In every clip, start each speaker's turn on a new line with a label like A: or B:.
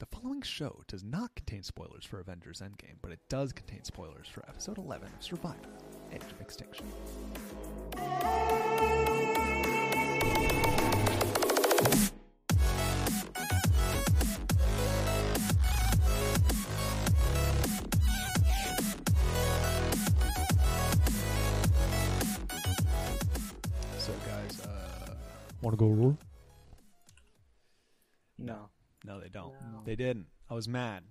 A: The following show does not contain spoilers for Avengers Endgame, but it does contain spoilers for Episode 11 of Survivor Edge of Extinction. So, guys, uh, want to go roll?
B: No.
A: No, they don't.
B: No.
A: They didn't. I was mad.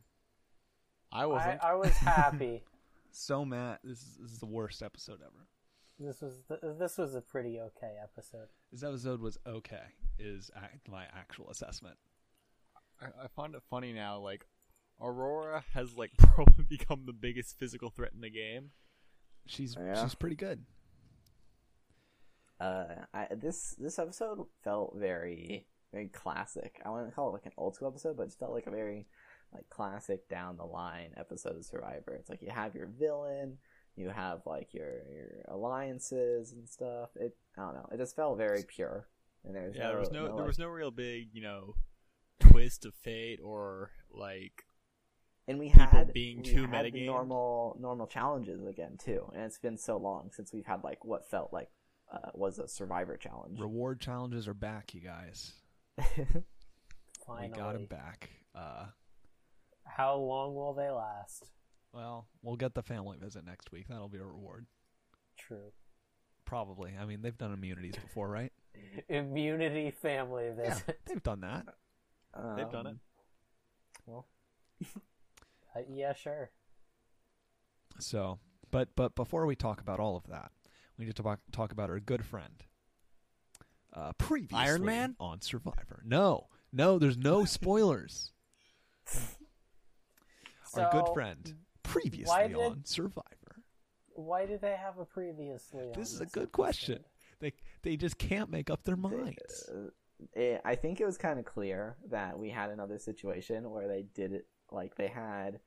C: I
B: I,
C: wasn't.
B: I was happy.
A: So mad. This is, this is the worst episode ever.
B: this was th- this was a pretty okay episode.
A: This episode was okay. Is ac- my actual assessment.
C: I, I find it funny now. Like Aurora has like probably become the biggest physical threat in the game.
A: She's
D: Yeah.
A: she's pretty good.
D: Uh, I, this this episode felt very very classic. I wouldn't call it like an old school episode, but it just felt like a very like classic down the line episode of Survivor. It's like you have your villain, you have like your your alliances and stuff. It I don't know. It just felt very pure. And there's
C: yeah, there was no, there
D: like-
C: was no real big, you know, twist of fate or like
D: and we
C: people
D: had
C: being
D: we
C: too
D: had the
C: metagamed.
D: normal normal challenges again too. And it's been so long since we've had like what felt like uh, was a Survivor challenge.
A: Reward challenges are back, you guys.
B: Finally,
A: We got them back. Uh,
B: how long will they last?
A: well, we'll get the family visit next week. That'll be a reward,
B: True.
A: probably. I mean, they've done immunities before, right?
B: Immunity family
A: yeah,
B: visit.
A: they've done that.
C: they've done it.
D: Um, Well,
B: Uh, yeah, sure.
A: So, but but before we talk about all of that, we need to talk talk about our good friend. Uh, previously
C: Man?
A: on Survivor. No, no, there's no spoilers.
B: So,
A: our good
D: mm,
A: friend previously
B: did-
A: on Survivor.
B: Why do they have a previously? on
A: This is a good question. They they just can't make up
D: uh,
A: their minds.
D: it, I think it was kind of clear that we had another situation where they did it like they had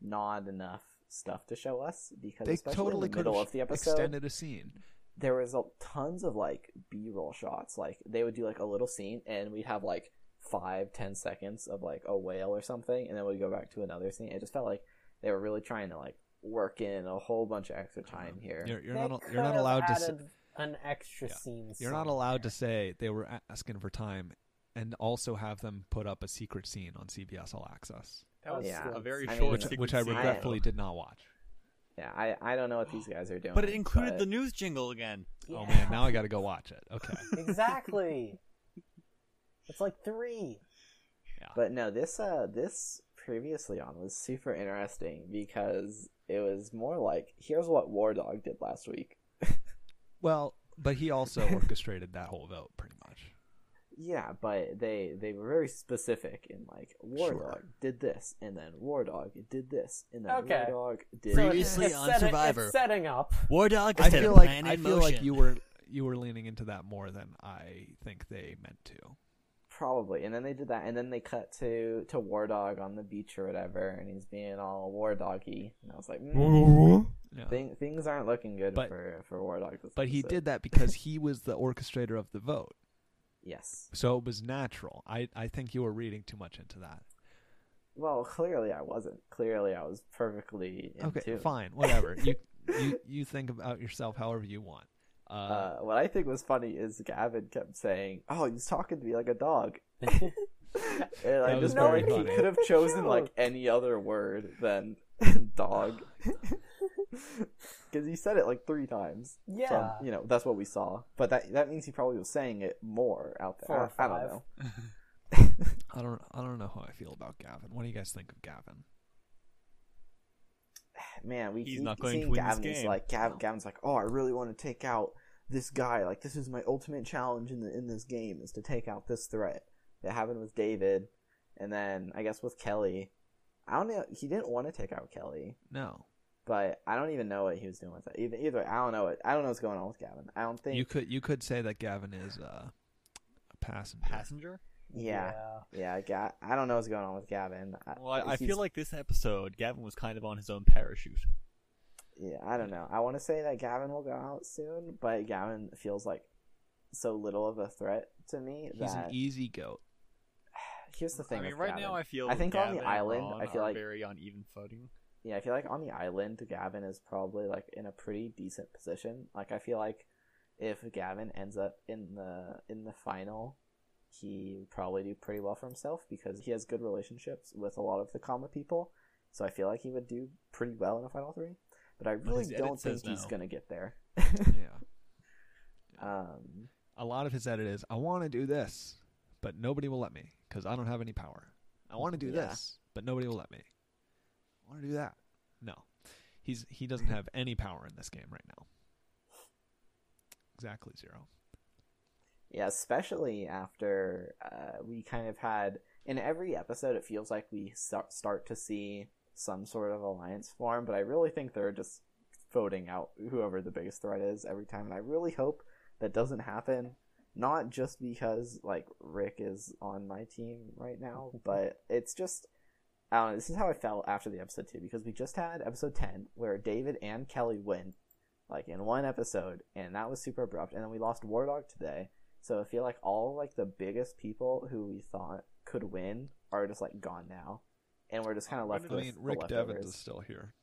D: not enough stuff to show us because
A: They
D: especially
A: totally
D: in the
A: could
D: middle
A: have
D: of the episode
A: extended a scene.
D: there was a, tons of like b-roll shots like they would do like a little scene and we'd have like five ten seconds of like a whale or something and then we'd go back to another scene it just felt like they were really trying to like work in a whole bunch of extra
C: Uh-huh.
D: time here
A: Um, You're, you're
B: They
A: not
B: could
A: you're not
B: have
A: allowed to say,
B: added an extra
A: Yeah.
B: scene.
A: you're not
B: somewhere.
A: allowed to say they were a- asking for time, and also have them put up a secret scene on CBS All Access,
C: That was
D: Yeah.
C: Oh, a very
D: I mean,
C: short,
A: which,
C: secret
A: which I
C: scene.
A: regretfully did not watch.
D: yeah I, I don't know what these guys are doing
C: But it included
D: but-
C: the news jingle again.
A: Oh
B: Yeah.
A: man, now I got to go watch it. Okay,
B: exactly. it's like three.
D: But no, this uh this previously on was super interesting because it was more like here's what War Dog did last week.
A: well, but he also orchestrated that whole vote pretty much.
D: Yeah, but they they were very specific in like War
A: Sure.
D: Dog did this and then War Dog did this and then
B: Okay.
D: War Dog did
B: So it's-
C: Previously
B: it's
C: on
B: setting- it's
C: Survivor.
B: setting up.
C: War Dog
A: I
C: instead
A: feel
C: of
A: like
C: Plan
A: I
C: in
A: feel
C: Motion.
A: like you were you were leaning into that more than I think they meant to.
D: probably and then they did that and then they cut to to War Dog on the beach or whatever and he's being all War Doggy and I was like mm,
A: Yeah.
D: thing, things aren't looking good
A: But-
D: for for War Dog. This
A: But he
D: episode.
A: did that because he was the orchestrator of the vote.
D: yes.
A: So it was natural. I, I think you were reading too much into that.
D: Well, clearly I wasn't. Clearly I was perfectly in
A: Okay,
D: tune.
A: fine, whatever. you, you you think about yourself however you want. Uh,
D: Uh, what I think was funny is Gavin kept saying, "Oh, he's talking to me like a dog." and I
A: That was
D: just felt
A: very
D: like he
A: funny.
D: could have chosen
B: Sure.
D: like any other word than dog, because he said it like three times. So,
B: Yeah.
D: you know that's what we saw. But that that means he probably was saying it more out
B: Four or
D: there. I, I
B: five.
D: don't know.
A: I don't I don't know how I feel about Gavin. What do you guys think of Gavin?
D: Man, we
C: He's
D: keep
C: not going
D: seeing
C: to win this
D: Gavin, he's
C: game.
D: like Gav, Gavin's like, "Oh, I really want to take out this guy. Like this is my ultimate challenge in the in this game is to take out this threat." That happened with David, and then I guess with Kelly. I don't know. He didn't want to take out Kelly,
A: No,
D: but I don't even know what he was doing with that. Either, either way, I don't know what I don't know what's going on with Gavin. I don't think.
A: you could you could say that Gavin is uh, a passenger.
C: passenger.
D: yeah, yeah. I got. I don't know what's going on with Gavin.
C: Well, I, I
D: uh, he's-
C: feel like this episode, Gavin was kind of on his own parachute.
D: Yeah, I don't know. I want to say that Gavin will go out soon, but Gavin feels like so little of a threat to me
A: He's e-,
D: that
A: an easy goat.
D: here's the thing.
C: I mean,
D: with
C: right
D: Gavin.
C: now I feel
D: I think on the
C: Gavin and
D: island,
C: Ron
D: I feel
C: are
D: like-
C: very uneven footing.
D: yeah, I feel like on the island, Gavin is probably like in a pretty decent position. Like I feel like if Gavin ends up in the in the final, he would probably do pretty well for himself because he has good relationships with a lot of the comma people. So I feel like he would do pretty well in a final three. But I really
A: his edit
D: don't think
A: says
D: he's
A: no.
D: gonna get there.
A: yeah.
D: um,
A: a lot of his edit is I want to do this, but nobody will let me because I don't have any power. I want to do
D: Yeah.
A: this, but nobody will let me. I want to do that. No, he's he doesn't have any power in this game right now. Exactly zero.
D: Yeah, especially after uh, we kind of had in every episode, it feels like we sa- start to see some sort of alliance form, but I really think they're just voting out whoever the biggest threat is every time, and I really hope that doesn't happen. Not just because like Rick is on my team right now, but it's just I don't know, this is how I felt after the episode two because we just had episode ten where David and Kelly win like in one episode, and that was super abrupt, and then we lost Wardog today. So I feel like all like the biggest people who we thought could win are just like gone now, and we're just kind of
C: I'm
D: left
A: I
C: gonna-
D: with
A: mean,
D: the
A: Rick Devins
D: leftovers.
A: is still here.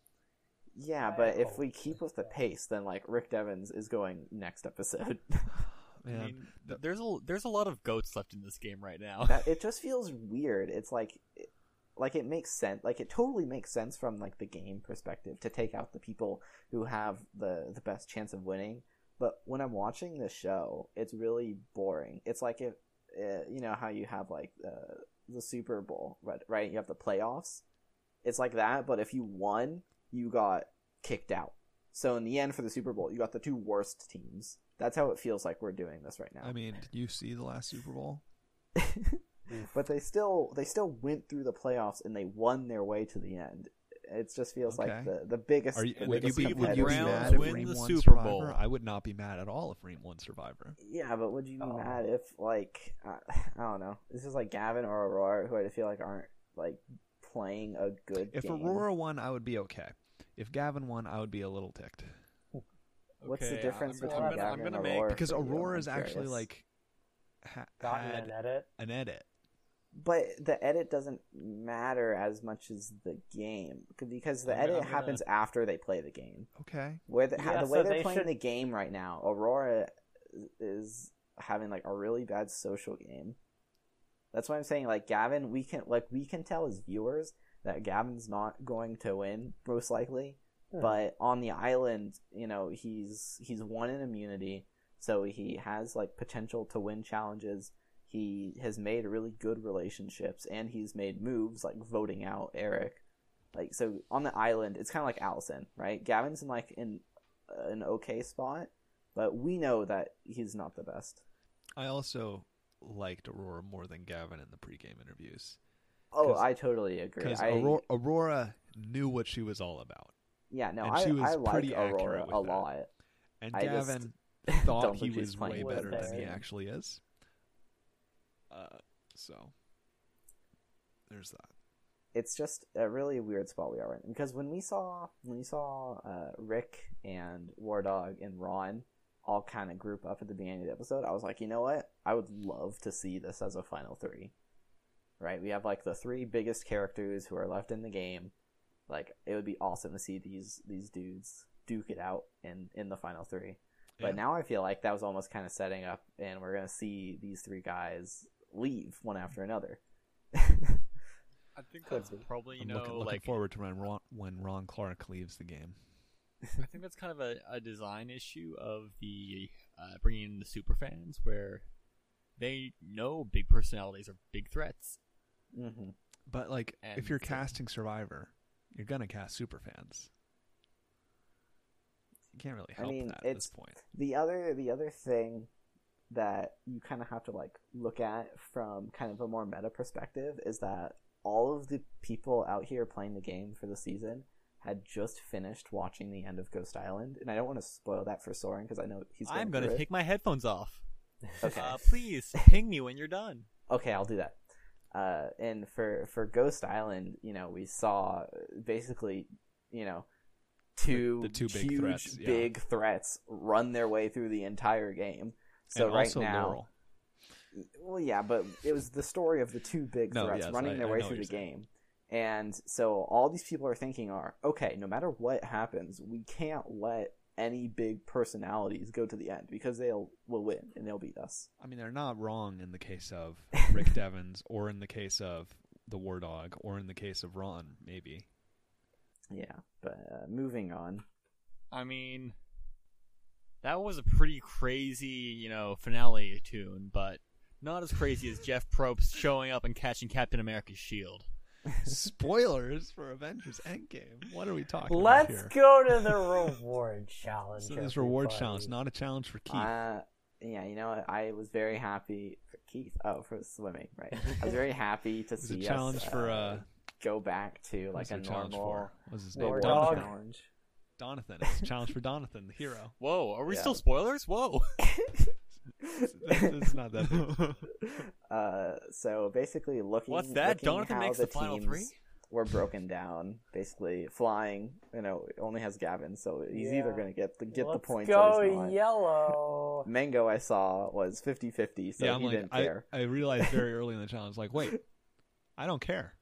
D: Yeah,
B: I
D: but if
B: hope
D: we keep with the
B: so.
D: pace, then like Rick Devins is going next episode.
A: Man,
C: I mean, th-
A: the-
C: there's a there's a lot of goats left in this game right now.
D: That- it just feels weird. It's like, it- like it makes sense. Like it totally makes sense from like the game perspective to take out the people who have the the best chance of winning. But when I'm watching the show, it's really boring. It's like if uh, you know how you have like uh, the Super Bowl, right? Right? You have the playoffs. It's like that, but if you won, you got kicked out. So in the end, for the Super Bowl, you got the two worst teams. That's how it feels like we're doing this right now.
A: I mean, did you see the last Super Bowl?
D: but they still they still went through the playoffs and they won their way to the end. It just feels like
A: Okay.
D: the the biggest.
A: Are you,
C: And
A: would you
D: biggest
A: be would you be
D: competitive-
C: Browns
A: mad if
C: win
A: Reem
C: the
A: won
C: Super
A: Survivor?
C: Bowl.
A: I would not be mad at all if Reem won Survivor.
D: Yeah, but would you be
B: Oh.
D: mad if like I, I don't know? This is like Gavin or Aurora, who I feel like aren't like playing a good
A: If
D: game.
A: Aurora won, I would be okay. If Gavin won, I would be a little ticked.
D: What's the
C: Okay,
D: difference
C: I'm
D: between
C: gonna,
D: Gavin
C: I'm gonna,
D: and
C: make
D: Aurora?
A: Because
D: for you?
A: Aurora
D: I'm
A: is actually
D: curious.
A: like ha-
B: Gotten
A: had
B: an edit.
A: an edit.
D: But the edit doesn't matter as much as the game because the
C: I'm gonna-
D: edit
C: I'm gonna-
D: happens after they play the game.
A: Okay.
D: Where the,
B: Yeah,
D: the way
B: so
D: they're
B: they
D: playing
B: should-
D: the game right now, Aurora is having like a really bad social game. That's why I'm saying like Gavin, we can like we can tell as viewers that Gavin's not going to win most likely,
B: Hmm.
D: but on the island, you know, he's he's won in immunity, so he has like potential to win challenges. He has made really good relationships and he's made moves like voting out Eric. Like so on the island, it's kind of like Allison, right? Gavin's in like in uh, an okay spot, but we know that he's not the best.
A: I also liked Aurora more than Gavin in the pregame interviews
D: Oh,
A: 'Cause-
D: I totally agree.
A: because
D: I,
A: Aurora, Aurora knew what she was all about,
D: yeah, no,
A: and
D: I,
A: she was
D: I like
A: pretty accurate
D: Aurora
A: with
D: a
A: that.
D: lot.
A: and
D: I just
A: Gavin
D: Don't
A: thought he
D: think he's
A: was way
D: playing
B: well
A: better than
B: there.
A: he actually is. Uh, so there's that.
D: It's just a really weird spot we are in because when we saw when we saw uh, Rick and War Dog and Ron all kind of group up at the beginning of the episode, I was like, you know what? I would love to see this as a final three. Right? We have like the three biggest characters who are left in the game. Like it would be awesome to see these these dudes duke it out in in the final three. But
A: Yeah.
D: now I feel like that was almost kind of setting up, and we're gonna see these three guys leave one after another.
C: I think
D: Could
C: that's
D: be.
C: probably you
A: I'm
C: know
A: looking, looking
C: like
A: forward to when Ron, when Ron Clark leaves the game.
C: I think that's kind of a, a design issue of the uh, bringing in the super fans where they know big personalities are big threats.
D: hmm
A: But like,
C: And
A: if you're
C: so-
A: casting Survivor, you're gonna cast super fans. You can't really
D: I
A: help
D: mean,
A: that at
D: it's-
A: this point.
D: The other the other thing that you kind of have to like look at from kind of a more meta perspective is that all of the people out here playing the game for the season had just finished watching the end of Ghost Island, and I don't want to spoil that for Soren because I know he's. Going
C: I'm gonna
D: through it.
C: take my headphones off.
D: Okay.
C: Uh, please ping me when you're done.
D: okay, I'll do that. Uh, and for for Ghost Island, you know, we saw basically, you know, two
A: The- the two big
D: huge
A: threats, yeah.
D: big threats run their way through the entire game. So
A: and
D: right
A: also
D: now,
A: Laurel.
D: Well, yeah, but it was the story of the two big
A: No,
D: threats
A: yes,
D: running
A: I-
D: their
A: I
D: way
A: know what
D: through the
A: you're saying.
D: game. And so all these people are thinking are, okay, no matter what happens, we can't let any big personalities go to the end because they'll will win and they'll beat us.
A: I mean, they're not wrong in the case of Rick Devens, or in the case of the War Dog, or in the case of Ron, maybe.
D: Yeah, but uh, moving on.
C: I mean, that was a pretty crazy, you know, finale tune, but not as crazy as Jeff Probst showing up and catching Captain America's shield.
A: Spoilers for Avengers Endgame. What are we talking about
B: Let's
A: here?
B: go to the reward challenge.
A: So this reward
B: everybody.
A: challenge, not a challenge for Keith.
D: Uh, yeah, you know, what? I was very happy for Keith. Oh, for swimming, right? I was very happy to
A: it was a
D: see
A: challenge
D: us,
A: for
D: uh,
A: uh,
D: go back to
A: what was
D: like a
A: their challenge
D: normal
A: for? What was his
B: No,
A: name?
B: War
D: reward
B: dog.
A: Donathan.
D: challenge.
A: Donathan. It's a challenge for Donathan, the hero.
C: Whoa, are we
D: Yeah.
C: still spoilers? Whoa.
A: It's, it's not that big.
D: uh, so basically, looking
C: What's that?
D: looking
C: Jonathan
D: how
C: makes
D: the
C: the final
D: teams
C: three?
D: were broken down. Basically, flying. You know, it only has Gavin, so he's
B: Yeah.
D: either gonna get the get
B: Let's
D: the points.
B: Go
D: or he's not.
B: yellow.
D: Mango, I saw was 50-50, so
A: yeah, I'm
D: he
A: like,
D: didn't
A: I,
D: care.
A: I realized very early in the challenge, like, wait, I don't care.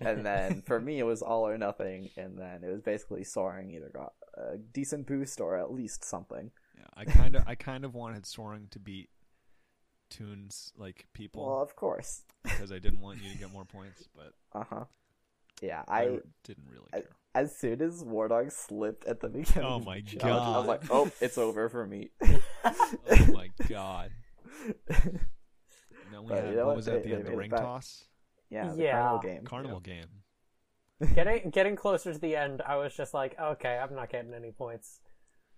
D: and then for me, it was all or nothing, and then it was basically soaring either got a decent boost or at least something.
A: Yeah, I kind of, I kind of wanted Soaring to beat Tunes like people
D: Well, of course.
A: because I didn't want you to get more points, but
D: Uh huh. Yeah,
A: I,
D: I
A: didn't really
D: I-
A: care.
D: as soon as War Dog slipped at the beginning,
A: Oh my
D: of the challenge, I
A: God.
D: was like, oh, it's over for me.
A: oh my god! Then we
D: But
A: had,
D: you
A: what
D: know what?
A: was
D: They-
A: that? The,
D: they
A: end, the
D: made it
A: ring
D: back.
A: toss,
D: yeah, the
B: Yeah.
D: carnival game.
A: carnival game.
B: getting getting closer to the end, I was just like, okay, I'm not getting any points.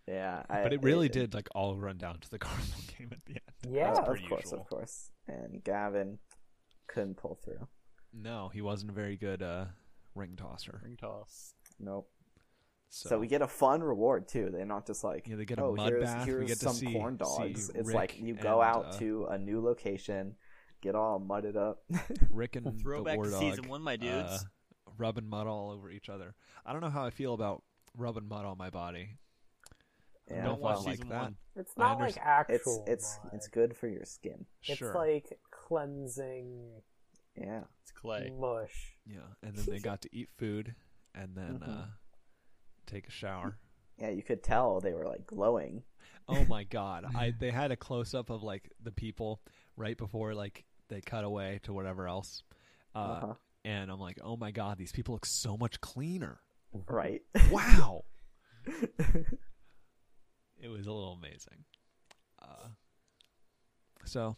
D: Yeah,
A: But it really did like all run down to the carnival game at the end.
B: Yeah,
A: That's
D: of
A: pretty
D: course,
A: usual.
D: of course. And Gavin couldn't pull through.
A: No, he wasn't a very good uh, ring tosser.
C: Ring toss.
D: Nope.
A: So,
D: So, we get a fun reward too. They're not just like
A: Yeah, they get a
D: oh,
A: mud
D: here's,
A: bath. We
D: here's
A: get to
D: some
A: see-
D: corn dogs.
A: see
D: it's
A: Rick
D: like you go
A: and,
D: out
A: uh,
D: to a new location, get all mudded up.
A: Rick and
C: Throwback
A: the War
C: to
A: Dog,
C: season one, my dudes.
A: uh, rubbing mud all over each other. I don't know how I feel about rubbing mud on my body.
D: Yeah,
A: don't watch
D: well,
A: like
C: season
A: that.
C: one.
B: It's
A: I
B: not like
A: understand.
D: it's
B: actual.
D: it's
B: mod.
D: it's good for your skin.
B: It's
A: sure.
B: like cleansing
D: Yeah.
C: It's clay.
B: mush.
A: yeah, and then they got to eat food and then
D: Mhm.
A: uh, take a shower.
D: Yeah, you could tell they were like glowing.
A: Oh my god! I they had a close up of like the people right before like they cut away to whatever else, uh,
D: Uh-huh.
A: and I'm like, oh my god, these people look so much cleaner.
D: Right.
A: Wow, it was a little amazing. Uh, so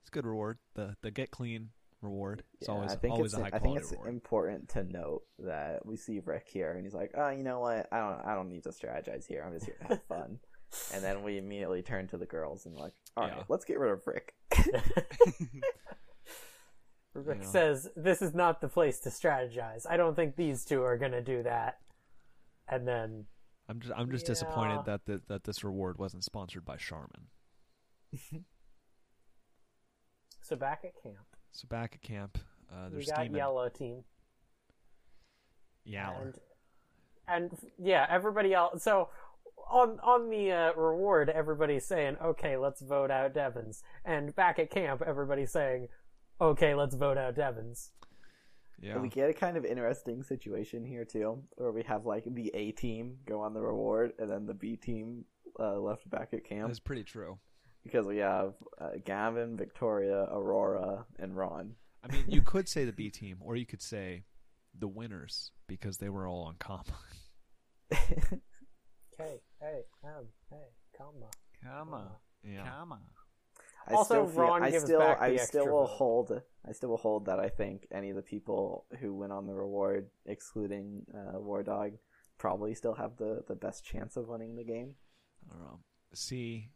A: it's a good reward. The the get clean reward. It's
D: Yeah,
A: always
D: I think
A: always
D: it's,
A: a high
D: I think
A: quality
D: it's
A: reward.
D: important to note that we see Rick here, and he's like, "Oh, you know what? I don't, I don't need to strategize here. I'm just here to have fun." and then we immediately turn to the girls and like, "All
A: Yeah.
D: let's get rid of Rick."
B: Rick
A: Yeah.
B: says, "This is not the place to strategize. I don't think these two are gonna do that." And then,
A: I'm just I'm just
B: Yeah.
A: disappointed that the, that this reward wasn't sponsored by Charmin.
B: so back at camp,
A: So back at camp, uh, they're
B: we got
A: scheming.
B: yellow team,
A: Yaller.
B: and and yeah, everybody else. So on on the uh, reward, everybody's saying, "Okay, let's vote out Devons." And back at camp, everybody's saying, "Okay, let's vote out Devons."
A: yeah.
D: And we get a kind of interesting situation here too, where we have like the A team go on the reward, and then the B team uh, left back at camp
A: That's pretty true.
D: because we have uh, Gavin, Victoria, Aurora, and Ron.
A: I mean, you could say the B team, or you could say the winners because they were all on comp.
B: K A M A um, comma.
C: Come on.
A: yeah.
C: Come on.
D: I
B: Also,
D: still feel-
B: Ron
D: I
B: gives
D: still,
B: back the
D: I
B: extra
D: still will
B: vote.
D: hold. I still will hold that I think any of the people who went on the reward, excluding uh, War Dog, probably still have the, the best chance of winning the game.
A: I don't know. See,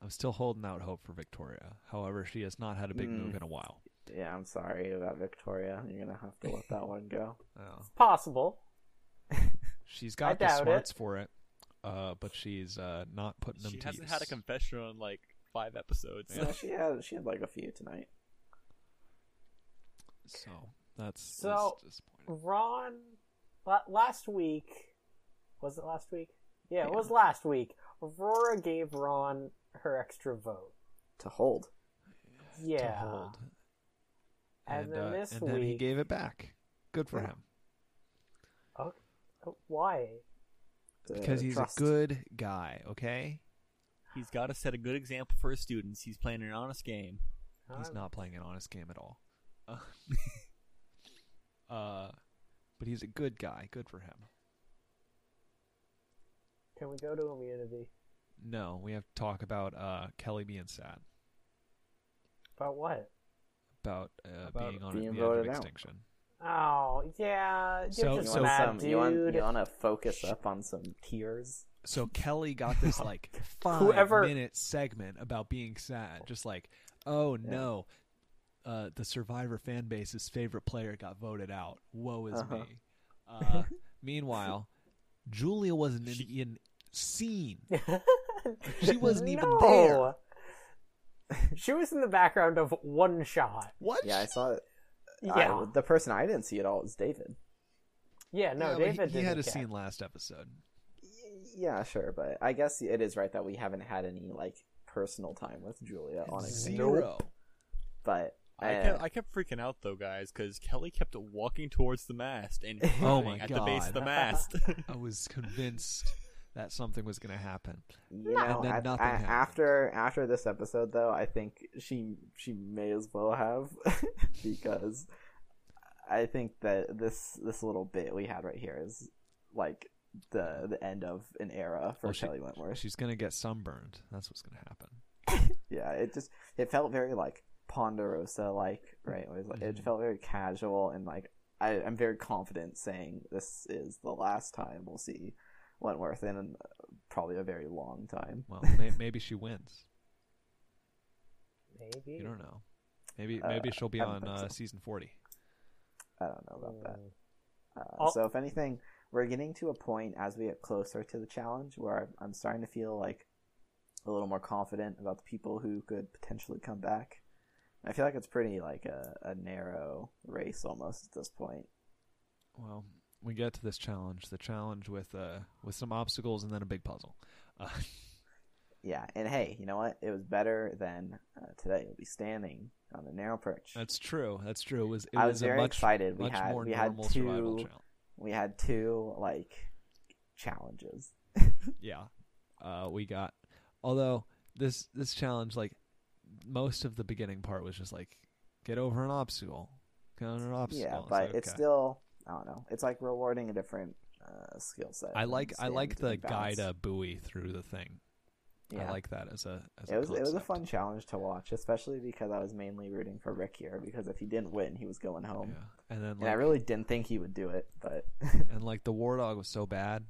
A: I'm still holding out hope for Victoria. However, she has not had a big
D: Mm.
A: move in a while.
D: Yeah, I'm sorry about Victoria. You're gonna have to let that one go.
A: Oh.
B: Possible.
A: She's
B: I
A: got the
B: doubt
A: smarts for it, uh, but she's uh, not putting them
C: She
A: to
C: hasn't
A: use.
C: had a confessional in like five episodes.
D: So she had she had like a few tonight.
A: so that's,
B: So-
A: that's disappointing.
B: Ron, la- last week, was it last week? Yeah, it
D: Yeah.
B: was last week. Aurora gave Ron her extra vote.
D: To hold,
B: yeah.
A: to hold.
B: And then
A: uh,
B: this
A: and then he
B: week-
A: gave it back. Good for him
B: Oh, Why?
D: to
A: because he's
D: trust.
A: a good guy. Okay,
C: He's got to set a good example for his students. He's playing an honest game.
A: he's
B: Um,
A: not playing an honest game at all. Uh, uh, but he's a good guy. Good for him.
B: Can we go to immunity?
A: No, we have to talk about uh, Kelly being sad
B: About what?
A: about, uh,
D: About
A: being on
D: being
A: the edge of
D: voted out.
A: extinction.
B: Oh, yeah. You're
A: So-
D: You
B: just
A: so-
D: want
B: mad,
D: some,
B: dude.
D: you want, you want to focus up on some tears?
A: So Kelly got this like five
B: Whoever-
A: minute segment about being sad, just like, oh no, uh, the Survivor fan base's favorite player got voted out. Woe is
D: Uh-huh.
A: me. Uh, meanwhile, Julia wasn't in, in scene. She wasn't even
B: No! she was in the background of one shot.
A: What?
D: Yeah, I saw it.
B: Yeah.
D: I- the person I didn't see at all was David.
B: yeah, no,
A: Yeah, but he-
B: David
A: he,
B: didn't
A: had a
B: get-
A: scene last episode.
D: Y- Yeah, sure, but I guess it is right that we haven't had any like personal time with Julia on it.
A: Zero.
D: But
C: I
D: uh,
C: kept, I kept freaking out though, guys, because Kelly kept walking towards the mast and
A: Oh
C: hitting
A: my
C: at the base
A: God.
C: of the mast.
A: I was convinced that something was going to happen.
D: you know,
A: And then
D: I-
A: nothing
D: I-
A: happened.
D: after after this episode though, I think she she may as well have because I think that this this little bit we had right here is like the the end of an era for
A: Well, she-
D: Kelly Wentworth.
A: She's going to get sunburned. That's what's going to happen.
D: yeah, it just it felt very like Ponderosa like, right? It, was, like, it
A: Mhm.
D: felt very casual and like I, I'm very confident saying this is the last time we'll see Wentworth in uh, probably a very long time.
A: Well, may, maybe she wins.
B: Maybe.
A: You don't know. Maybe
D: Uh,
A: maybe she'll be
D: I don't
A: on
D: think
A: uh,
D: so.
A: season forty.
D: I don't know about that.
B: Mm.
D: Uh,
B: I'll-
D: so if anything, we're getting to a point as we get closer to the challenge where I'm, I'm starting to feel like a little more confident about the people who could potentially come back. I feel like it's pretty like a, a narrow race almost at this point.
A: Well, we get to this challenge. The challenge with uh with some obstacles and then a big puzzle. Uh,
D: Yeah, and hey, you know what? It was better than uh, today. We'll be standing on the narrow perch.
A: that's true. That's true. It was it
D: I was
A: was,
D: very
A: a much
D: excited. We
A: much
D: had
A: more
D: we had
A: normal survival
D: two
A: challenge.
D: we had two like challenges.
A: Yeah. Uh, we got although this this challenge like most of the beginning part was just like get over an obstacle, get over an obstacle.
D: Yeah,
A: It's
D: but
A: like,
D: it's
A: okay.
D: still I don't know. It's like rewarding a different uh, skill set.
A: I
D: and
A: like I
D: seeing
A: like the
D: different balance.
A: guide a buoy through the thing. I like that as a as
D: it
A: a
D: was it was a
A: concept.
D: fun challenge to watch, especially because I was mainly rooting for Rick here because if he didn't win, he was going home.
A: Yeah. And then
D: And I
A: like,
D: really didn't think he would do it, but
A: and like the war dog was so bad.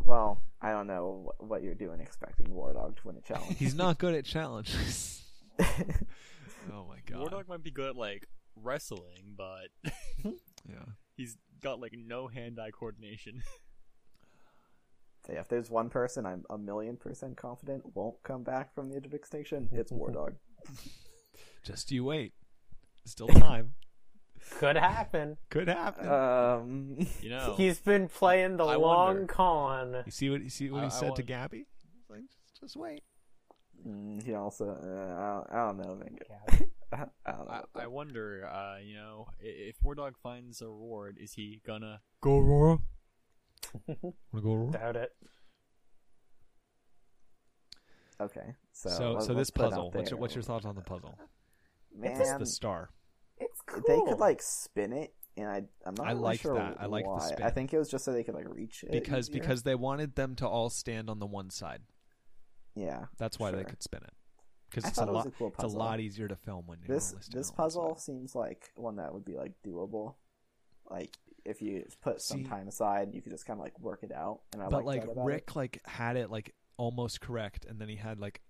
D: well, I don't know wh- what you're doing expecting War Dog to win a challenge.
A: He's not good at challenges. oh my god.
C: Wardog might be good at like wrestling, but
A: Yeah.
C: he's got like no hand-eye coordination.
D: So, yeah, if there's one person I'm a million percent confident won't come back from the edge of extinction, it's War Dog.
A: Just you wait. Still time.
B: Could happen.
A: Could happen.
D: Um,
C: You know,
B: He's been playing the
C: I
B: long
C: wonder.
B: con.
A: you see what you see what
C: I-
A: he
C: I
A: said to
C: want-
A: Gabby? He's like, just, just wait.
D: mm, he also uh, I, don't, I don't know, man.
B: Yeah.
D: I don't know.
C: I, I wonder, uh, you know, i- if Wardog finds a reward, is he gonna go Aurora?
A: Wanna go over?
B: Doubt it.
D: Okay, so
A: So
D: let-
A: so this
D: let's uh, put it
A: puzzle. What's
D: out
A: your
D: there.
A: what's your thoughts on the puzzle?
D: Man,
A: It's the star.
B: It's cool.
D: they could like spin it, and I I'm not
A: I
D: really
A: like
D: sure
A: that. I like the
D: why.
A: spin.
D: I think it was just so they could like reach it
A: Because
D: easier.
A: because they wanted them to all stand on the one side.
D: yeah,
A: That's why they
D: Sure.
A: could spin it. Because
D: I
A: it's a
D: thought it was
A: lot
D: a cool
A: it's a
D: puzzle.
A: lot easier to film when you're
D: this
A: only standing
D: this
A: on one
D: puzzle
A: side.
D: seems like one that would be like doable. Like if you put some
A: See-
D: time aside, you could just kind of like work it out. And I
A: but
D: like,
A: like
D: that about it.
A: Rick like had it like almost correct, and then he had like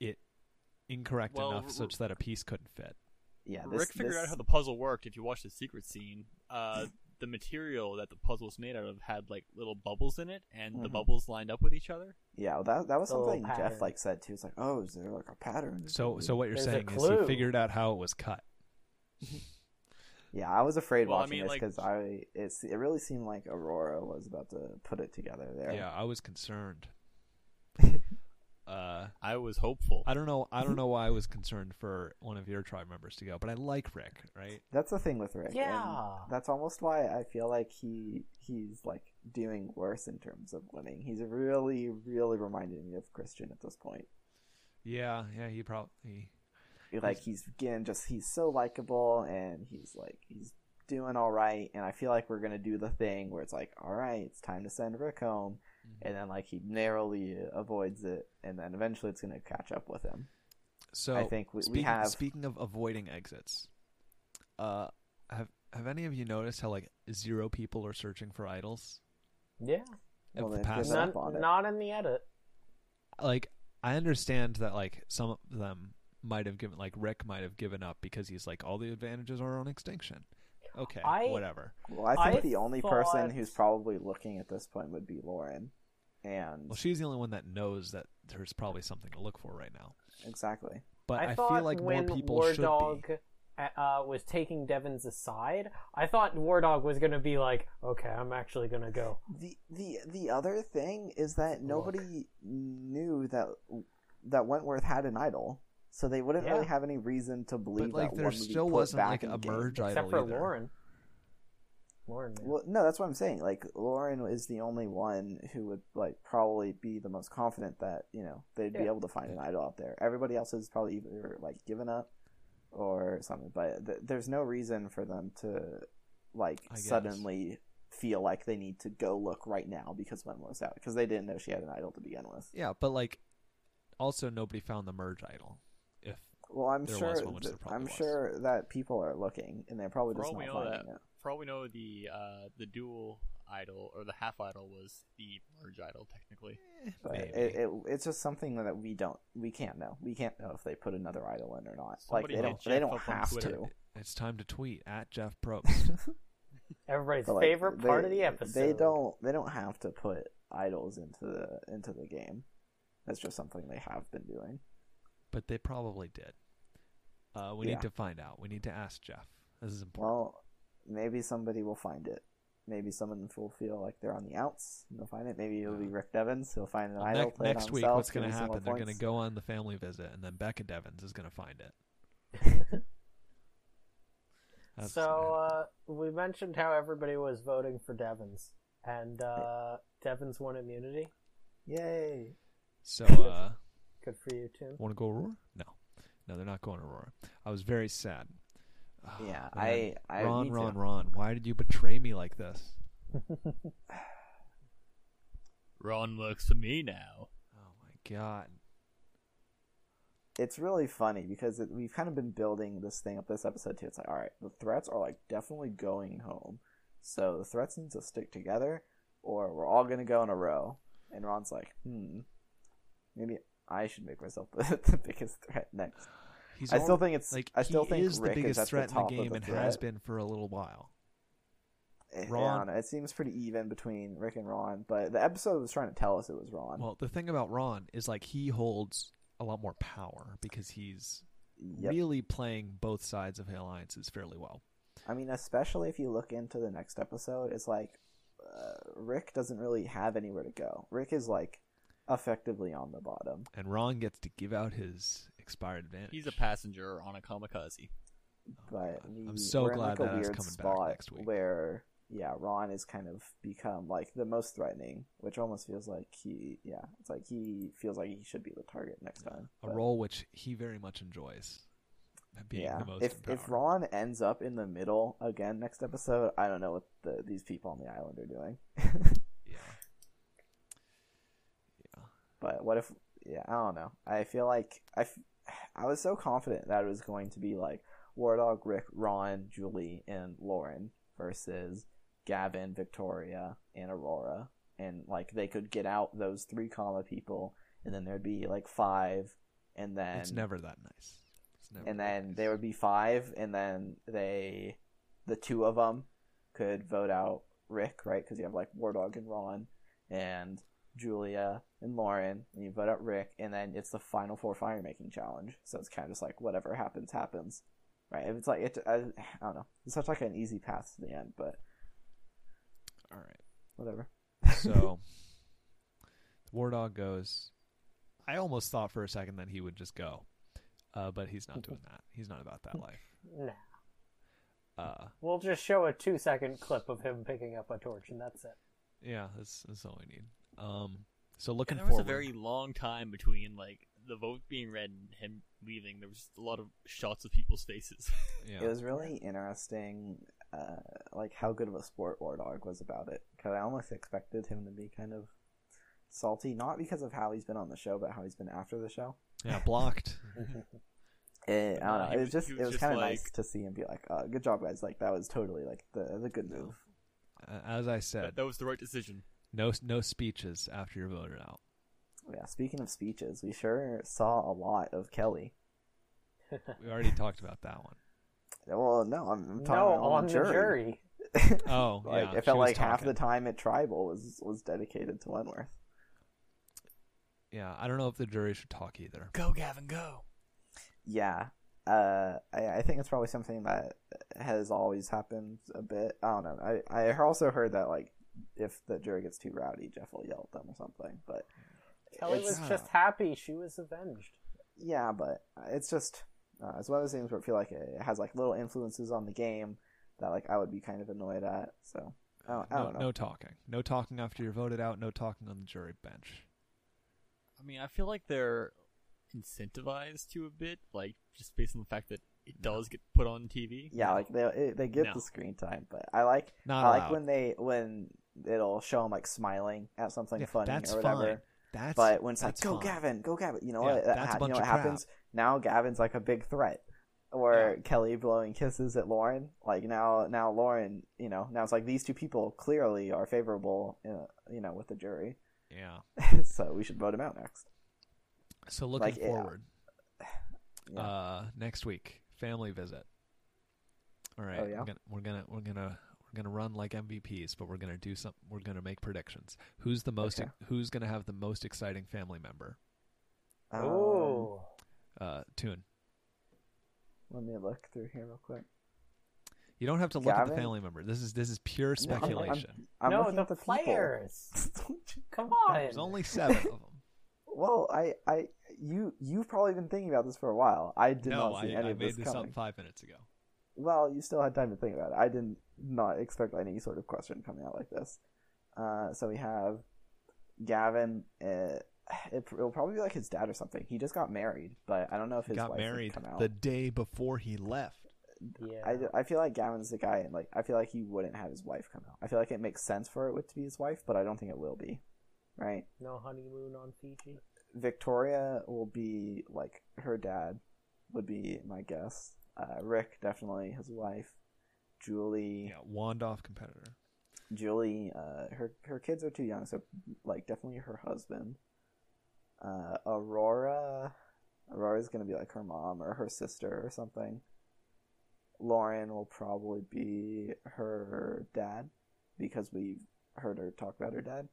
A: it incorrect
C: Well,
A: enough
C: R-
A: such that a piece couldn't fit.
D: yeah, this,
C: Rick figured
D: this-
C: out how the puzzle worked. If you watch the secret scene, uh, the material that the puzzle was made out of had like little bubbles in it, and the
D: Mhm.
C: bubbles lined up with each other.
D: yeah well, that that was
B: The little
D: something Jeff
B: pattern.
D: like said too. It's like oh, is there like a pattern?
A: So so what you're
B: There's a
A: saying is he
B: clue.
A: figured out how it was cut.
D: Yeah, I was afraid
C: Well, I
D: watching
C: mean,
D: this
C: like-
D: 'cause this because I it's, it really seemed like Aurora was about to put it together there.
A: Yeah, I was concerned. Uh,
C: I was hopeful.
A: I don't know. I don't know why I was concerned for one of your tribe members to go, but I like Rick, right?
D: That's the thing with Rick. and
B: Yeah.
D: that's almost why I feel like he he's like doing worse in terms of winning. He's really, really reminding me of Christian at this point.
A: Yeah, yeah. He probably.
D: Like he's again just he's so likable and he's like he's doing all right. And I feel like we're gonna do the thing where it's like, all right, it's time to send Rick home,
A: Mm-hmm.
D: and then like he narrowly avoids it, and then eventually it's gonna catch up with him.
A: So
D: I think we,
A: speaking,
D: we have
A: Speaking of avoiding exits, uh, have have any of you noticed how like zero people are searching for idols?
B: Yeah.
D: well,
A: of the
D: then
A: past-
D: give
A: None-
B: Not,
D: up on it.
B: not in the edit.
A: Like, I understand that like some of them might have given like Rick might have given up because he's like all the advantages are on extinction. Okay,
B: I-
A: whatever.
D: Well, I think
B: I
D: the only
B: thought-
D: person who's probably looking at this point would be Lauren. And
A: Well, she's the only one that knows that there's probably something to look for right now.
D: exactly.
A: But I,
B: thought
A: feel like more
B: when
A: people
B: War
A: should
B: Dog
A: be.
B: uh, was taking Devon's aside, I thought War Dog was going to be like, okay, I'm actually going to go.
D: The the the other thing is that nobody knew that that Wentworth had an idol, so they wouldn't
B: Yeah.
D: really have any reason to believe
A: But like,
D: that
A: there
D: one would be
A: still
D: put
A: wasn't
D: back
A: like a
D: in game.
A: merge
B: Except
A: idol
B: for
A: either.
B: Lauren. Lauren. man.
D: Well, no, that's what I'm saying. Like Lauren is the only one who would like probably be the most confident that you know they'd be
B: Yeah.
D: able to find an idol out there. Everybody else is probably either like given up or something. But th- there's no reason for them to like
A: I guess.
D: suddenly feel like they need to go look right now because one was out because they didn't know she had an idol to begin with.
A: Yeah, but like, also nobody found the merge idol.
D: Eh,
A: If
D: Well, I'm
A: There
D: sure.
A: was one, which
D: that-
A: there probably
D: I'm
A: was.
D: sure that people are looking and they're probably
C: For
D: just
C: all we
D: not
C: know,
D: finding
C: that-
D: it.
C: For all we know, the uh, the dual idol or the half idol was the merge idol technically.
D: But
A: Maybe.
D: Uh, it, it, it's just something that we don't, we can't know. We can't know if they put another idol in or not.
C: Somebody
D: like they
C: hit
D: don't, they
C: Jeff
D: don't
C: up on
D: have
C: Twitter.
D: to.
A: it's time to tweet at Jeff Probst.
B: Everybody's
D: But, like,
B: favorite part of
D: they-
B: the episode.
D: They don't, they don't have to put idols into the into the game. That's just something they have been doing.
A: but they probably did. Uh, we
D: Yeah.
A: need to find out. We need to ask Jeff. This is important.
D: Well, maybe somebody will find it. Maybe someone will feel like they're on the outs. and They'll find it. Maybe it'll be Rick Devens. He'll find an
A: Well,
D: idol.
A: nec-
D: play it
A: next
D: on
A: week,
D: himself,
A: what's
D: give
A: going to
D: him some more
A: happen? They're going to
D: points.
A: go on the family visit, and then Becca Devins is going to find it. That's what's gonna
B: so
A: happen.
B: uh, we mentioned how everybody was voting for Devon's, and uh, Devon's won immunity.
D: Yay!
A: so uh,
B: Good for you, Tim.
A: want to go Aurora? No, no, they're not going Aurora. I was very sad. Ah,
D: Yeah,
A: man.
D: I- I-
A: Ron,
D: me too.
A: Ron, Ron. Why did you betray me like this?
C: Ron works for me now.
A: Oh my god.
D: it's really funny because it, we've kind of been building this thing up this episode too. It's like, all right, the threats are like definitely going home, so the threats need to stick together, or we're all gonna go in a row. And Ron's like, hmm, maybe I should make myself the, the biggest threat next.
A: He's
D: I still
A: alre-
D: think it's-
A: like
D: I still
A: he
D: think
A: is
D: Rick
A: the
D: is
A: biggest
D: at the
A: threat in
D: top
A: the
D: of
A: game
D: the
A: and has
D: threat.
A: been for a little while.
D: Eh,
A: Ron-
D: I don't know, it seems pretty even between Rick and Ron, but the episode was trying to tell us it was Ron.
A: Well, the thing about Ron is like he holds a lot more power because he's
D: Yep.
A: really playing both sides of the alliances fairly well.
D: I mean, especially if you look into the next episode, it's like uh, Rick doesn't really have anywhere to go. Rick is like effectively on the bottom.
A: And Ron gets to give out his expired advantage. Oh
C: He's a passenger on a kamikaze.
D: but
A: God.
D: we,
A: I'm so
D: we're in,
A: glad
D: like, a
A: that is
D: weird
A: coming back
D: spot
A: next week.
D: Where yeah, Ron has kind of become like the most threatening, which almost feels like he yeah, it's like he feels like he should be the target next time.
A: a
D: But,
A: role which he very much enjoys. Being
D: yeah,
A: the most
D: if
A: in
D: if
A: power.
D: Ron ends up in the middle again next episode, I don't know what the, these people on the island are doing.
A: yeah.
D: But what if? Yeah, I don't know. I feel like I, f- I was so confident that it was going to be like War Dog, Rick, Ron, Julie, and Lauren versus Gavin, Victoria, and Aurora, and like they could get out those three comma people, and then there'd be like five, and then
A: it's never that nice. It's never
D: and
A: that
D: then
A: nice.
D: there would be five, and then they, the two of them, could vote out Rick, right? Because you have like War Dog and Ron, and Julia and Lauren, and you vote out Rick, and then it's the final four fire making challenge. So it's kind of just like whatever happens, happens, right? If it's like it, I, I don't know, it's such like an easy path to the end, but
A: All right.
D: whatever.
A: So War Dog goes. I almost thought for a second that he would just go, uh, but he's not doing that. He's not about that life.
B: Nah.
A: Uh,
B: We'll just show a two second clip of him picking up a torch, and that's it.
A: yeah, that's that's all we need. Um, so looking
C: And there was
A: forward.
C: a very long time between like the vote being read and him leaving. There was just a lot of shots of people's faces.
A: yeah.
D: It was really interesting, uh, like how good of a sport Wardog was about it. Because I almost expected him to be kind of salty, not because of how he's been on the show, but how he's been after the show.
A: yeah, blocked.
D: Eh, I
C: Nah,
D: don't know.
C: he
D: It was
C: was-
D: just
C: he
D: it
C: was
D: was
C: just
D: kind of
C: like-
D: nice to see him be like, uh, "Good job, guys! Like that was totally like the the good move."
A: Uh, As I
C: that,
A: said,
C: that was the right decision.
A: no no speeches after you're voted out.
D: Yeah. Speaking of speeches, we sure saw a lot of Kelly.
A: We already talked about that one.
D: Well, no, I'm, I'm talking
B: no,
D: about
B: on the jury.
A: Oh,
D: like
A: yeah.
D: it
A: she
D: felt
A: was
D: like half
A: talking.
D: the time at Tribal was was dedicated to Wentworth.
A: Yeah, I don't know if the jury should talk either.
C: Go, Gavin, go.
D: Yeah. Uh, I, I think it's probably something that has always happened a bit. I don't know. I, I also heard that like if the jury gets too rowdy, Jeff will yell at them or something. But
B: Kelly
D: it's-
B: was just happy she was avenged.
D: yeah, but it's just uh, it's one of those things where I feel like it has like little influences on the game that like I would be kind of annoyed at. So I don't, I
A: no,
D: don't know.
A: no talking. No talking after you're voted out. No talking on the jury bench.
C: I mean, I feel like they're incentivized to a bit, like just based on the fact that it does get put on TV.
D: Yeah, like they it- they get
C: No.
D: the screen time, but I like
A: Not
D: I like
A: allowed.
D: when they when it'll show them like smiling at something
A: Yeah,
D: funny
A: that's
D: or whatever.
A: fine. That's
D: but when it's like,
A: that's
D: go
A: fine.
D: Gavin, go Gavin, you know
A: Yeah,
D: what?
A: that's
D: That,
A: a
D: ha- you
A: bunch
D: know what
A: of
D: happens now? Gavin's like a big threat, or Kelly blowing kisses at Lauren. Like now, now Lauren, you know, now it's like these two people clearly are favorable, uh, you know, with the jury,
A: Yeah.
D: so we should vote him out next.
A: So looking
D: Like, yeah.
A: forward.
D: Yeah.
A: Uh, next week, family visit. All right,
D: Oh, yeah?
A: we're, gonna, we're gonna we're gonna we're gonna run like MVPs, but we're gonna do some. We're gonna make predictions. Who's the most?
D: Okay.
A: Who's gonna have the most exciting family member?
D: Um,
B: Ooh.
A: Uh, tune.
D: let me look through here real quick.
A: You don't have to look at the
D: Gavin?
A: family member. This is this is pure
D: No, I'm- I'm-
A: speculation.
D: I'm
B: no,
D: looking
B: the,
D: at the people.
B: players. Come on.
A: There's only seven of them.
D: well, I, I, you, you've probably been thinking about this for a while. I did
A: no,
D: not see
A: I,
D: any
A: I
D: of
A: made
D: this,
A: this
D: coming.
A: up five minutes ago.
D: Well, you still had time to think about it. I did not expect any sort of question coming out like this. Uh, so we have Gavin. Uh, it, it'll probably be like his dad or something. He just got married, but I don't know if
A: He
D: his
A: got
D: wife had
A: married
D: come out.
A: the day before he left.
B: Yeah.
D: I, I feel like Gavin's the guy, and like I feel like he wouldn't have his wife come out. I feel like it makes sense for it to be his wife, but I don't think it will be. Right?
B: No honeymoon on Fiji.
D: Victoria will be like her dad would be my guess. Uh, Rick definitely his wife. Julie.
A: Yeah, wand off competitor.
D: Julie, uh, her her kids are too young, so like definitely her husband. Uh, Aurora, Aurora's gonna be like her mom or her sister or something. Lauren will probably be her dad because we heard her talk about her dad,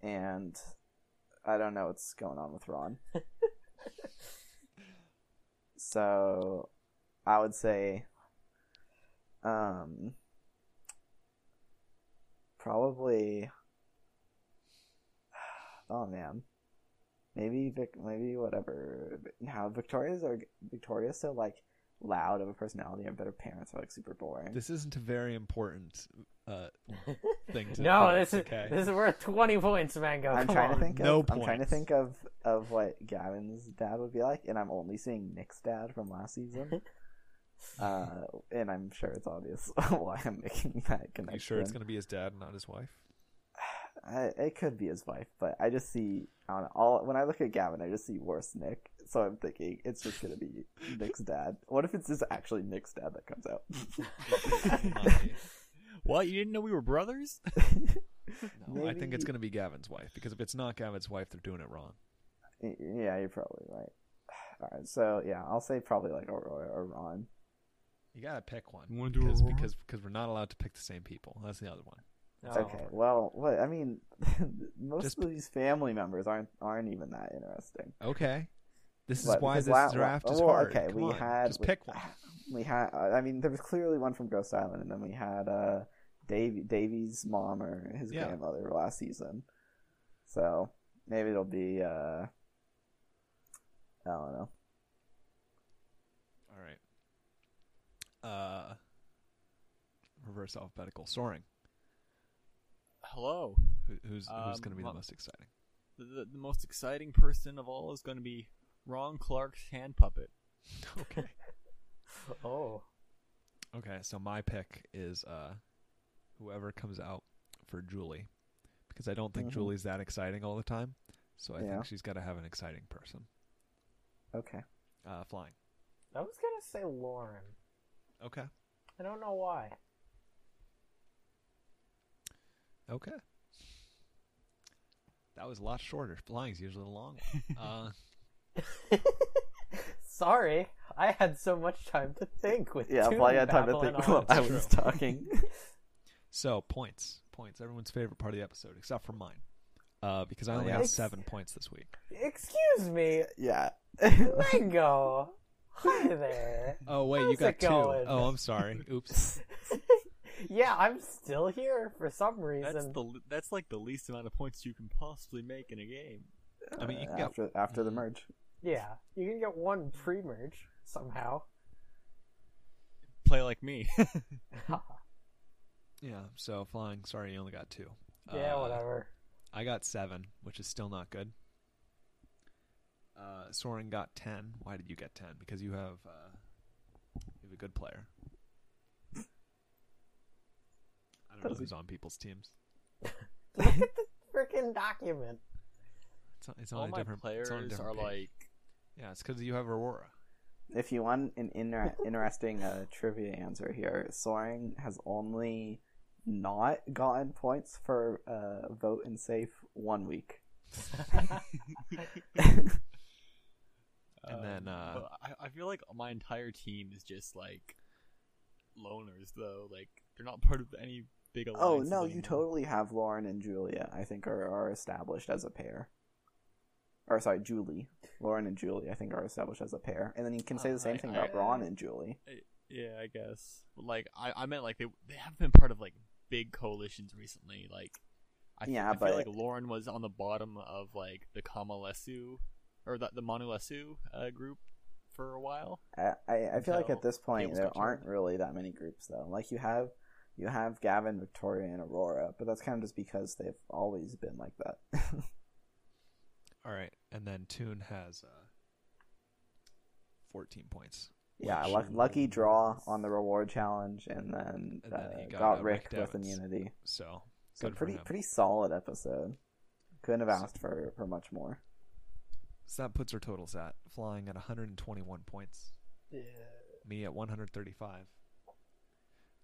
D: and I don't know what's going on with Ron. so, I would say, um, probably oh man maybe Vic, maybe whatever now victoria's are victoria's so like loud of a personality and better parents are like super boring
A: This isn't a very important uh, thing to
B: no,
A: put,
B: this is
A: okay.
B: this is worth twenty points, Mango.
D: i'm
B: Come
D: trying
B: on.
D: to think
A: no
D: of, i'm trying to
A: points.
D: think of of what gavin's dad would be like and i'm only seeing nick's dad from last season uh and i'm sure it's obvious why i'm making that connection
A: you sure it's going to be his dad and not his wife?
D: I, it could be his wife, but I just see on all when I look at Gavin, I just see worse Nick. So I'm thinking it's just gonna be Nick's dad. What if it's just actually Nick's dad that comes out?
C: What? You didn't know we were brothers?
A: No, I think
D: Maybe-
A: it's going to be Gavin's wife because if it's not Gavin's wife, they're doing it wrong.
D: Y- Yeah, you're probably right. All right, so yeah, I'll say probably like Aurora or Ron.
A: You got to pick one
C: You wanna do
A: because,
C: Aurora?
A: because because we're not allowed to pick the same people. That's the other one.
B: No.
D: Okay, well, what I mean, most
A: Oh. Just-
D: of these family members aren't aren't even that interesting.
A: Okay, this is
D: What,
A: why
D: because
A: this
D: la-
A: draft
D: la-
A: is
D: well,
A: hard.
D: okay,
A: Come
D: we
A: on,
D: had-
A: just
D: we-
A: pick one.
D: We had, uh, I mean, there was clearly one from Ghost Island, and then we had uh, Davy, Davy's mom or his
A: Yeah.
D: grandmother last season. So maybe it'll be uh, I don't know.
A: All right. Uh, reverse alphabetical soaring.
C: Hello.
A: Who, who's who's
C: Um,
A: going to be
C: well-
A: the most exciting?
C: The, the, the most exciting person of all is going to be Ron Clark's hand puppet.
A: Okay.
B: Oh,
A: okay. So my pick is uh, whoever comes out for Julie, because I don't think
D: Mhm.
A: Julie's that exciting all the time. So I
D: Yeah.
A: think she's got to have an exciting person.
D: Okay.
A: Uh, flying.
B: I was gonna say Lauren.
A: Okay.
B: I don't know why.
A: Okay. That was a lot shorter. Flying's usually the long one. uh,
B: Sorry, I had so much time to think with
D: Yeah,
B: two
D: well, I had time to
B: babbling
D: think
B: on.
D: while I was talking.
A: so points, points. Everyone's favorite part of the episode, except for mine, uh, because I
D: Oh,
A: only
D: yeah.
A: got
B: Ex-
A: seven points this week.
B: Excuse me,
D: yeah.
B: Mango. Hi there.
A: Oh wait,
B: How's
A: you got
B: it
A: two.
B: going?
A: Oh, I'm sorry. Oops.
B: yeah, I'm still here for some reason.
C: That's the l- that's like the least amount of points you can possibly make in a game.
A: I mean, you can get Mm-hmm.
D: after after the merge.
B: Yeah, you can get one pre-merge somehow.
C: Play like me.
A: yeah. So flying. Sorry, you only got two.
B: yeah,
A: Uh,
B: whatever.
A: I got seven, which is still not good. Uh, Soren got ten. Why did you get ten? Because you have uh, you have a good player. I don't know
D: Doesn't-
A: who's on people's teams.
B: Look at the freaking document.
A: It's on, it's on
C: All
A: a
C: my
A: different.
C: players
A: it's on a
C: are
A: different page.
C: like
A: Yeah, it's because you have Aurora.
D: If you want an inter- interesting uh, trivia answer here, Soaring has only not gotten points for uh, vote and safe one week.
A: And
C: Um,
A: then, uh,
C: but I, I feel like my entire team is just like loners, though. Like they're not part of any big alliance.
D: Oh no, you totally have Lauren and Julia. I think are are established as a pair. Or sorry, Julie. Lauren and Julie, I think, are established as a pair. And then you can say the
C: Uh,
D: same
C: I-
D: thing
C: I-
D: about Ron and Julie.
C: Yeah, I guess. But, like I, I meant like they they haven't been part of like big coalitions recently. Like I, f-
D: Yeah,
C: I
D: but-
C: feel like Lauren was on the bottom of like the Kamalesu or the the Manulesu uh, group for a while.
D: I, I, I feel like
C: Until
D: at this point
C: tables
D: there
C: got turned.
D: aren't really that many groups though. Like you have you have Gavin, Victoria, and Aurora, but that's kind of just because they've always been like that.
A: All right, and then Toon has uh, fourteen points.
D: yeah,
A: Which
D: luck, lucky draw
A: is-
D: on the reward challenge, and then,
A: And then
D: uh,
A: he
D: got,
A: got, uh,
D: Rick
A: Rick
D: with
A: Devens.
D: immunity.
A: So
D: So
A: Good for
D: pretty
A: him.
D: pretty solid episode. Couldn't have asked for, for much more.
A: So that puts our totals at flying at 121 points,
B: Yeah.
A: me at 135,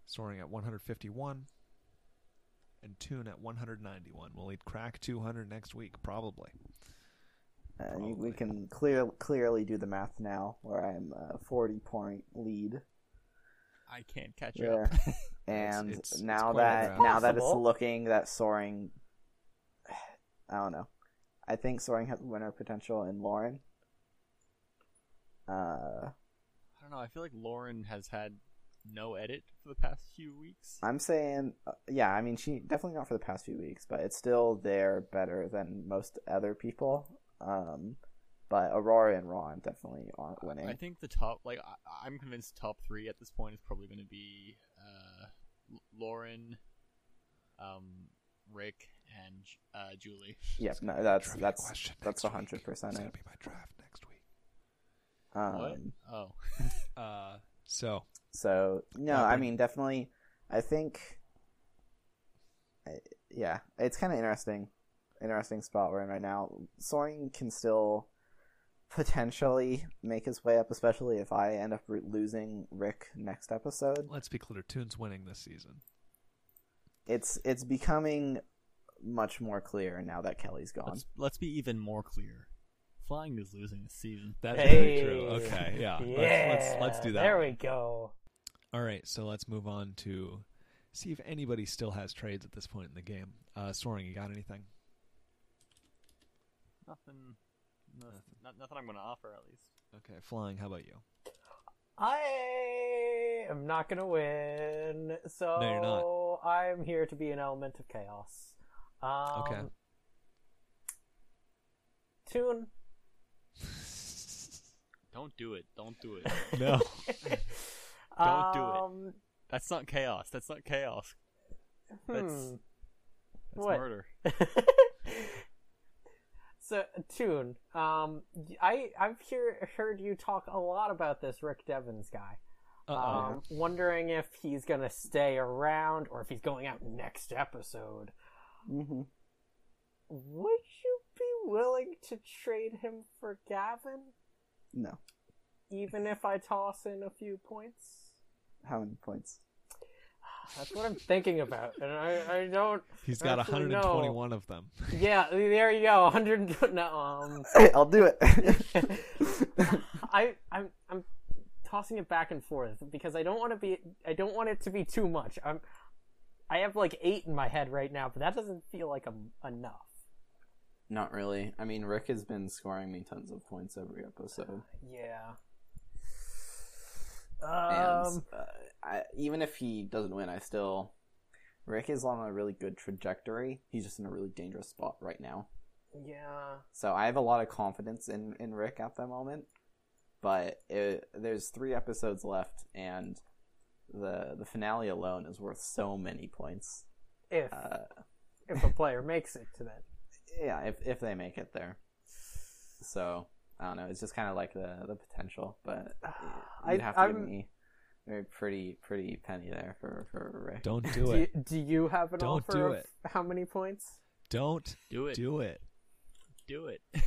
A: soaring at 151, and Tune at 191. We'll eat crack 200 next week, probably.
D: Uh, you, we
A: Probably.
D: can clear clearly do the math now, where I'm a forty point lead,
C: I can't catch
D: Yeah.
C: up.
D: and
A: it's- it's
D: now
A: quite
D: that
A: unwrapped.
D: now that it's
B: Possible.
D: looking that soaring, I don't know. I think soaring has winner potential in Lauren. Uh,
C: I don't know. I feel like Lauren has had no edit for the past few weeks.
D: I'm saying, uh, yeah, I mean, she definitely not for the past few weeks, but it's still there better than most other people. Um, but Aurora and Ron definitely aren't
A: Uh,
D: winning.
C: I think the top, like I, I'm convinced, top three at this point is probably going to be uh, L- Lauren, um, Rick, and uh, Julie.
D: yep, no, that's
A: Trivia
D: that's
A: question
D: that's
A: next week.
D: 100%
A: It's
D: it.
A: going to be my draft next week.
D: um,
C: what? Oh,
A: Uh, so,
D: So no,
A: Yeah,
D: I
A: but-
D: mean definitely. I think, I, yeah, it's kind of interesting, interesting spot we're in right now. Soaring can still potentially make his way up, especially if I end up re- losing Rick next episode.
A: let's be clear Tune's winning this season.
D: It's it's becoming much more clear now that Kelly's gone.
C: let's let's be even more clear. Flying is losing this season.
A: That's very
B: Hey.
A: true. Okay, yeah.
B: Yeah.
A: Let's, let's, let's do that.
B: There we go.
A: All right, so let's move on to see if anybody still has trades at this point in the game. Uh, Soaring, you got anything?
C: Nothing, nothing, not, nothing I'm going to offer at least.
A: Okay, Flying, how about you?
B: I am not gonna win, so
A: No, you're
B: I'm here to be an element of chaos. Um,
A: Okay.
B: Tune,
C: Don't do it. Don't do it.
A: No.
C: Don't do it.
B: Um,
C: That's not chaos. That's not chaos. That's,
B: hmm.
C: that's
B: What?
C: murder.
B: so tune um i i've hear, heard you talk a lot about this rick devins guy
A: Uh-oh.
B: um wondering if he's gonna stay around or if he's going out next episode
D: Mm-hmm.
B: would you be willing to trade him for gavin
D: No.
B: even if i toss in a few points
D: How many points?
B: that's what i'm thinking about and i i don't
A: He's got
B: Actually, no.
A: 121 of them.
B: yeah there you go 100 no um
D: I'll do it.
B: I I'm I'm tossing it back and forth because I don't want to be I don't want it to be too much. I'm I have like eight in my head right now, but that doesn't feel like i enough.
D: Not really. I mean, Rick has been scoring me tons of points every episode.
B: Yeah.
D: and
B: Um.
D: uh, I, even if he doesn't win, I still Rick is on a really good trajectory. He's just in a really dangerous spot right now.
B: Yeah.
D: So I have a lot of confidence in in Rick at the moment. But it, there's three episodes left, and the the finale alone is worth so many points.
B: If
D: Uh,
B: if a player makes it to that.
D: yeah, if if they make it there. So I don't know. It's just kind of like the the potential, but
B: I-
D: you'd have to give
B: I'm-
D: me a pretty pretty penny there for for Rick.
A: Don't do
B: do,
A: it.
B: you, do you have an
A: Don't
B: offer
A: do
B: of
A: it.
B: how many points?
A: Don't
C: Do it. Do,
A: do it.
C: it.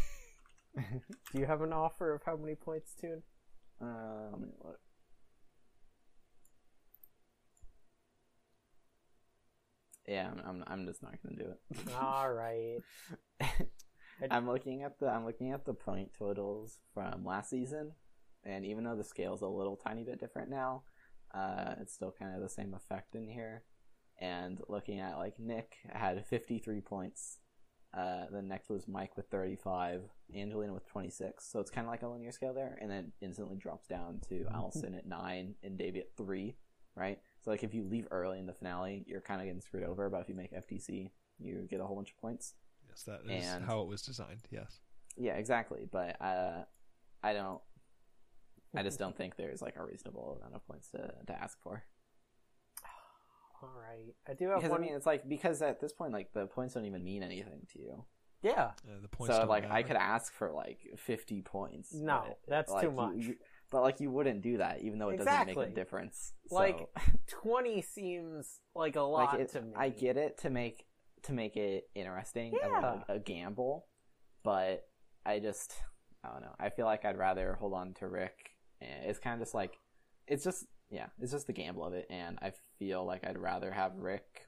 B: Do you have an offer of how many points, Tune?
D: Uh, let me look. Yeah, I'm, I'm I'm just not gonna do it.
B: All right.
D: I'm looking at the I'm looking at the point totals from last season, and even though the scale's a little tiny bit different now, uh, it's still kind of the same effect in here. And looking at like Nick had 53 points, uh, then next was Mike with 35, Angelina with 26. So it's kind of like a linear scale there, and then instantly drops down to Allison at nine and Davey at three, right? So like if you leave early in the finale, you're kind of getting screwed over. But if you make FTC, you get a whole bunch of points.
A: Yes, that is
D: And-
A: how it was designed. Yes.
D: Yeah, exactly. But uh, I don't. I just don't think there's like a reasonable amount of points to, to ask for.
B: All right. I do have
D: Because I
B: one.
D: mean, it's like because at this point, like the points don't even mean anything to you.
B: yeah.
A: Uh, the points
D: so
A: don't
D: like I
A: matter.
D: could ask for like 50 points.
B: No,
D: but,
B: that's
D: like,
B: too
D: you-
B: much.
D: you- but like you wouldn't do that, even though it doesn't make
B: Exactly.
D: a difference.
B: Like,
D: So,
B: 20 seems like a lot
D: like it,
B: to me.
D: I get it to make to make it interesting and
B: Yeah.
D: like a, a gamble, but I just I don't know. I feel like I'd rather hold on to Rick. And It's kind of just like it's just yeah, it's just the gamble of it, and I feel like I'd rather have Rick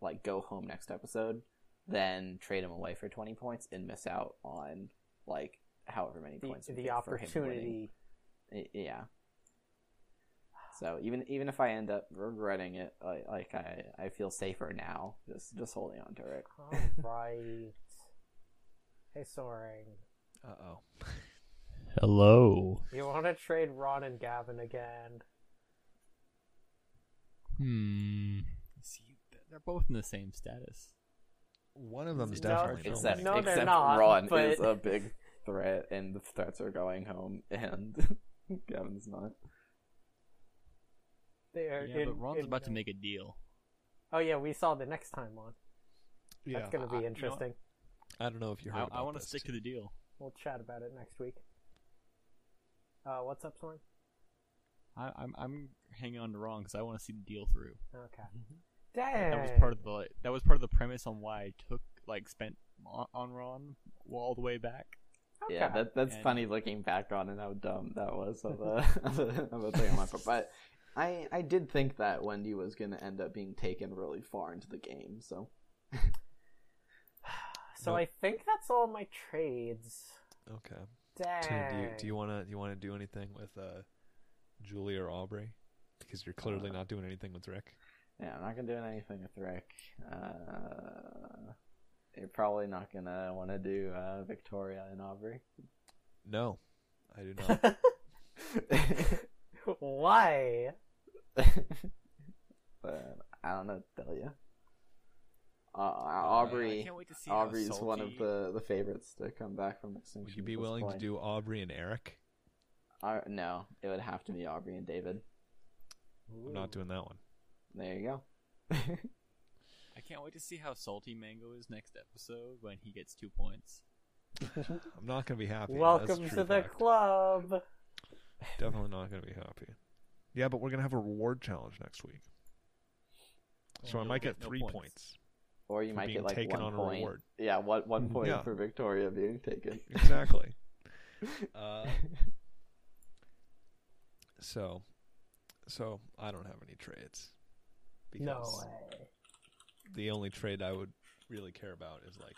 D: like go home next episode than trade him away for twenty points and miss out on like however many
B: the,
D: points we
B: the
D: think for him winning.
B: opportunity.
D: Y- yeah so even even if i end up regretting it I, like i i feel safer now just just holding on to it
B: All right. Hey, Soaring.
A: Uh-oh.
C: Hello.
B: You want to trade Ron and Gavin again?
C: Hmm. See, they're both in the same status.
A: One of them's
B: No,
A: definitely
B: it's
A: not
D: except
A: winning.
B: No, they're
D: except
B: not,
D: ron
B: but-
D: is a big threat and the threats are going home and gavin's not
B: They are
C: Yeah,
B: in-
C: but Ron's
B: in-
C: about to make a deal.
B: Oh, yeah, we saw the next time on.
A: Yeah.
B: That's going to
C: I- you
B: be
C: know
B: interesting.
A: I don't know if you heard
C: I,
A: about
C: I want to
A: this,
C: stick
A: too.
C: to the deal.
B: We'll chat about it next week. Uh, what's up, Soaring?
C: I, I'm I'm hanging on to Ron because I want to see the deal through.
B: Okay.
C: Like,
B: Dang.
C: That was part of the that was part of the premise on why I took like spent on, on Ron all the way back.
B: Okay.
D: yeah that, that's
C: And-
D: funny looking back on it how dumb that was of a, of a, of a thing on my part but I, I did think that Wendy was going to end up being taken really far into the game, so
B: so
A: Nope.
B: I think that's all my trades.
A: Okay.
B: Dang.
A: Tim, do you do you want to do you want to do anything with uh, Julie or Aubrey? Because you're clearly
D: Uh,
A: not doing anything with Rick.
D: Yeah, I'm not gonna do anything with Rick. Uh, you're probably not gonna want to do uh, Victoria and Aubrey.
A: No, I do not.
B: Why?
D: but I don't know what to tell you. Uh,
C: I
D: Aubrey,
C: can't wait to see how
D: Aubrey's one of
C: salty-
D: the, the favorites to come back from extinction.
A: Would you
D: at
A: be
D: this
A: willing to
D: point.
A: do Aubrey and Eric?
D: Uh, no, it would have to be Aubrey and David.
A: I'm not doing that one.
D: There you go.
C: I can't wait to see how salty Mango is next episode when he gets two points.
A: I'm not gonna be happy. That's
B: Welcome
A: a
B: to
A: true
B: the
A: fact.
B: club.
A: Definitely not gonna be happy. Yeah, but we're gonna have a reward challenge next week, so I
C: You'll
A: might get,
C: no
A: three
C: points.
A: points.
D: or you
A: For
D: might
A: being
D: get like
A: taken
D: one
A: on a
D: point.
A: reward.
D: Yeah, one one point
A: Yeah.
D: for Victoria being taken.
A: Exactly. uh, so, so I don't have any trades.
B: No
A: Because
B: way.
A: the only trade I would really care about is like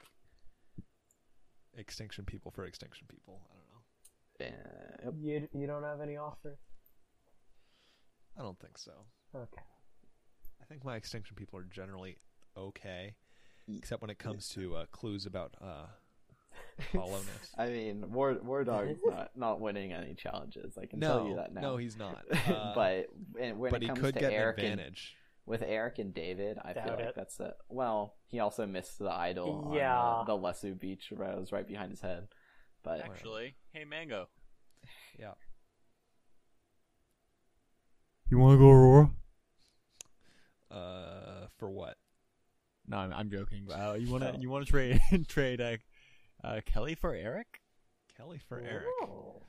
A: extinction people for extinction people. I don't know.
D: Yeah, yep.
B: You you don't have any offer?
A: I don't think so.
B: Okay.
A: I think my extinction people are generally okay,
D: Ye-
A: except when it comes to uh, clues about uh, hollowness.
D: I mean, War War Dog's not not winning any challenges. I can
A: no,
D: tell you that now.
A: no, he's not. Uh,
D: but and when
A: but
D: it
A: he
D: comes
A: could
D: to
A: get
D: Eric
A: an
D: and
A: advantage.
D: with Eric and David, I feel
B: Doubt
D: like
B: it.
D: that's a well. He also missed the idol on
B: Yeah.
D: uh, the Lesu Beach, where it was right behind his head. But
C: Actually, hey Mango,
A: Yeah.
C: you want to go Aurora?
A: Uh, for what?
C: No, I'm, I'm joking. Uh, you want to you want to trade trade uh, uh, Kelly for Eric?
A: Kelly for Eric.
B: Ooh.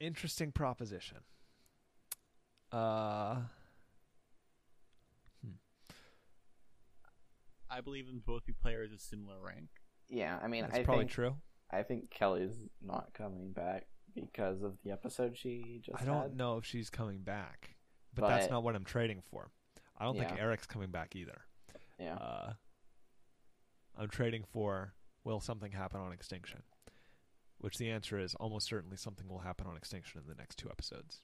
A: Interesting proposition. Uh,
C: I believe them to both be players of similar rank.
D: yeah, I mean,
A: that's
D: I
A: probably
D: think
A: true.
D: I think Kelly's not coming back because of the episode she just.
A: I don't
D: had.
A: know if she's coming back, but, that's
D: But-
A: not what I'm trading for. I don't
D: Yeah.
A: think Eric's coming back either.
D: Yeah,
A: Uh, I'm trading for will something happen on extinction, which the answer is almost certainly something will happen on extinction in the next two episodes.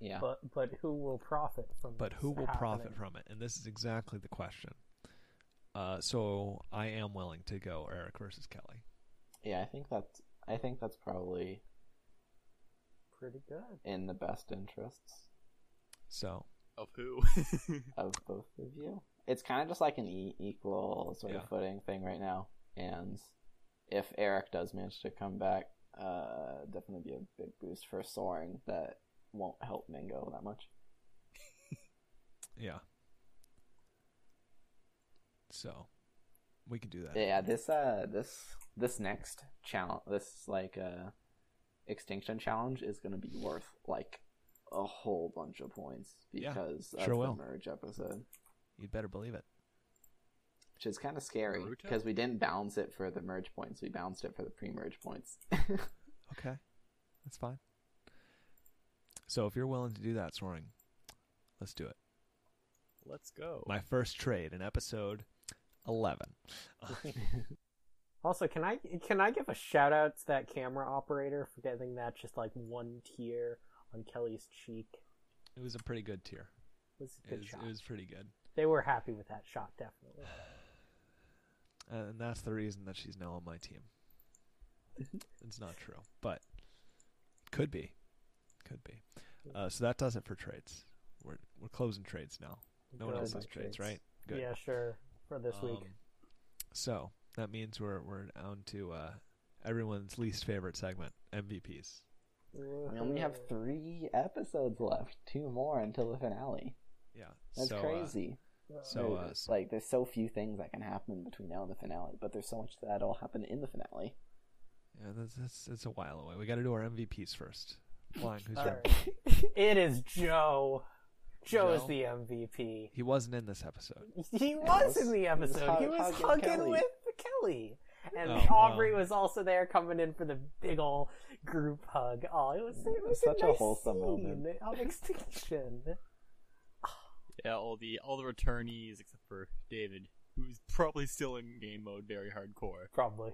D: yeah.
B: But but who will profit from
A: But who
B: this
A: will profit
B: happening?
A: from it? And this is exactly the question. Uh, so I am willing to go Eric versus Kelly.
D: Yeah, I think that's I think that's probably
B: Pretty good.
D: in the best interests
A: So
C: Of who?
D: of both of you. It's kind of just like an e- equal sort
A: Yeah.
D: of footing thing right now, and if Eric does manage to come back, uh, definitely be a big boost for Soren. That won't help Mingo that much.
A: yeah. So we could do that.
D: Yeah, this uh, this this next challenge, this like uh, extinction challenge is gonna be worth like a whole bunch of points
A: Yeah,
D: because
A: sure
D: of
A: will.
D: the merge episode.
A: You'd better believe it.
D: which is kind of scary
C: Naruto?
D: because we didn't balance it for the merge points. We balanced it for the pre-merge points.
A: Okay. That's fine. So if you're willing to do that, Soaring, let's do it.
C: Let's go.
A: My first trade in episode 11.
B: Also, can I can I give a shout out to that camera operator for getting that just like one tear on Kelly's cheek?
A: It was a pretty good tier.
B: It was a
A: It
B: good
A: was,
B: shot.
A: it was pretty good.
B: They were happy with that shot, definitely.
A: And that's the reason that she's now on my team. it's not true, but could be. Could be. Uh, so that does it for trades. We're, we're closing trades now. No one
B: Good.
A: else
D: Closing
A: has trades,
D: trades.
A: right? Good.
B: Yeah, sure. For this week.
A: Um, So that means we're we're down to uh, everyone's least favorite segment, MVPs.
D: we only have
B: Woohoo.
D: three episodes left, two more until the finale.
A: Yeah,
D: That's
A: so, uh,
D: crazy.
A: so, uh,
D: There's-
A: s-
D: like, there's so few things that can happen between now and the finale, but there's so much that'll happen in the finale.
A: yeah, that's, that's that's a while away. We got to do our MVPs first. Flying, who's
B: All
A: your-
B: right. It is Joe. Joe is
A: Joe?
B: the MVP.
A: He wasn't in this episode.
B: He was in the
D: was
B: episode. He
D: hug-
B: was
D: hugging
B: hugging
D: Kelly.
B: with Kelly. And
A: Oh,
B: Aubrey
A: wow.
B: was also there coming in for the big ol' group hug. Oh, it was, it was
D: Such a
B: nice
D: wholesome
B: scene
D: moment.
B: Of extinction.
C: Yeah, all the all the returnees except for David, who's probably still in game mode, very hardcore.
B: Probably.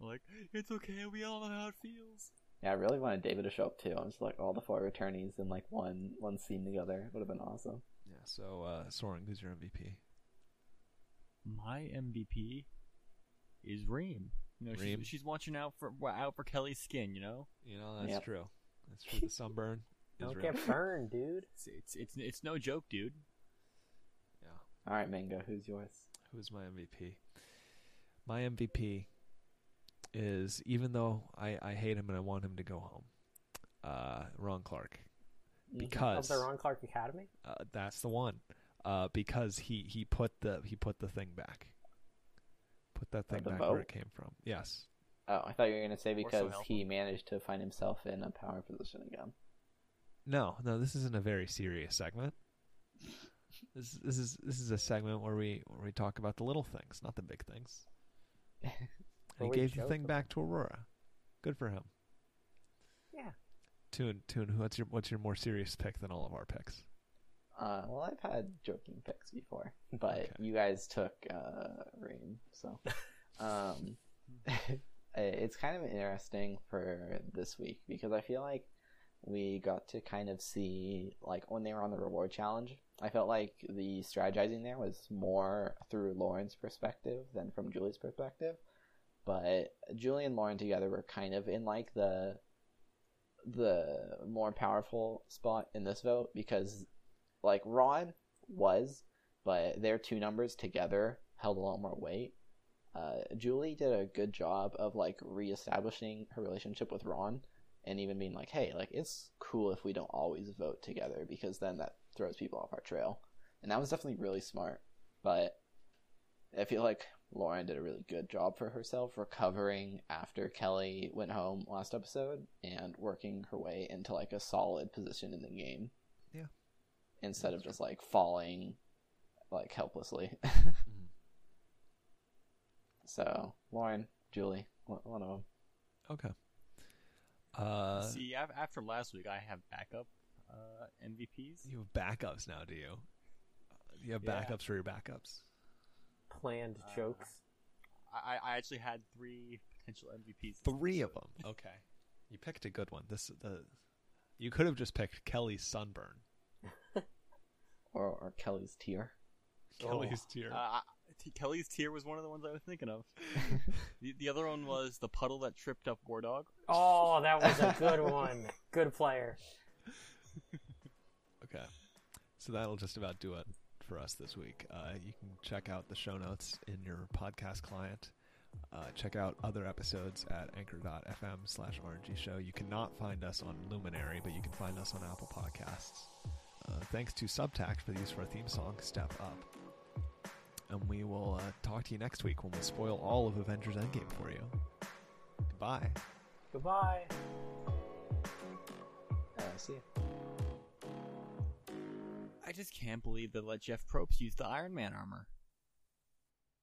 C: like, it's okay. We all know how it feels.
D: Yeah, I really wanted David to show up too. I'm just like all the four returnees in like one one scene together. Would have been awesome.
A: Yeah. So uh, Soren, who's your MVP?
C: My MVP is Reem. You know,
A: Reem?
C: she's, she's watching out for wa- out for Kelly's skin. You know,
A: You know that's
D: Yep.
A: true. That's true. The sunburn is
B: Don't
A: real.
B: get burned, dude.
C: it's it's it's, it's no joke, dude.
A: Yeah.
D: All right, Mango, who's yours?
A: Who's my MVP? My MVP is even though I, I hate him and I want him to go home, uh, Ron Clark,
B: Mm-hmm. of
A: because
B: the Ron Clark Academy.
A: uh, that's the one, uh, because he, he put the he put the thing back, put that thing
D: the
A: back where
D: vote?
A: it came from. Yes,
D: Oh, I thought you were gonna say
C: Or so
D: because
C: help
D: he managed to find himself in a power position again.
A: No, no, this isn't a very serious segment. This this is this is a segment where we where we talk about the little things, not the big things.
B: But
A: And
B: we
A: he gave the
B: chose
A: thing
B: them.
A: back to Aurora. Good for him.
B: Yeah.
A: Tune, tune. What's your what's your more serious pick than all of our picks?
D: Uh, well, I've had joking picks before, but
A: Okay.
D: you guys took uh, Rain, so um, it's kind of interesting for this week because I feel like we got to kind of see like when they were on the reward challenge. I felt like the strategizing there was more through Lauren's perspective than from Julie's perspective, but Julie and Lauren together were kind of in like the the more powerful spot in this vote because like Ron was, but their two numbers together held a lot more weight. Uh, Julie did a good job of like reestablishing her relationship with Ron, and even being like, "Hey, like it's cool if we don't always vote together because then that throws people off our trail." And that was definitely really smart. But I feel like Lauren did a really good job for herself recovering after Kelly went home last episode and working her way into like a solid position in the game.
A: Yeah.
D: Instead of just like falling like helplessly. So, Lauren, Julie, one one of them.
A: Okay. Uh,
C: See, af- after last week, I have backup uh, MVPs.
A: you have backups now, do you? You have
C: Yeah.
A: backups for your backups.
B: Planned
C: Uh,
B: jokes.
C: I, I actually had three potential MVPs.
A: Three of them. Okay. You picked a good one. This the. You could have just picked Kelly's sunburn.
D: Or, or Kelly's tear.
A: Kelly's tear.
C: Uh, I, T- Kelly's tear was one of the ones I was thinking of. the, the other one was the puddle that tripped up War Dog.
B: Oh, that was a good one. Good player.
A: Okay. So that'll just about do it for us this week. Uh, you can check out the show notes in your podcast client. Uh, check out other episodes at anchor.fm slash RNG show. You cannot find us on Luminary, but you can find us on Apple Podcasts. Uh, thanks to Subtact for the use of our theme song, Step Up. And we will uh, talk to you next week when we spoil all of Avengers Endgame for you. Goodbye.
B: Goodbye.
D: Uh, see ya.
C: I just can't believe they let Jeff Probst use the Iron Man armor.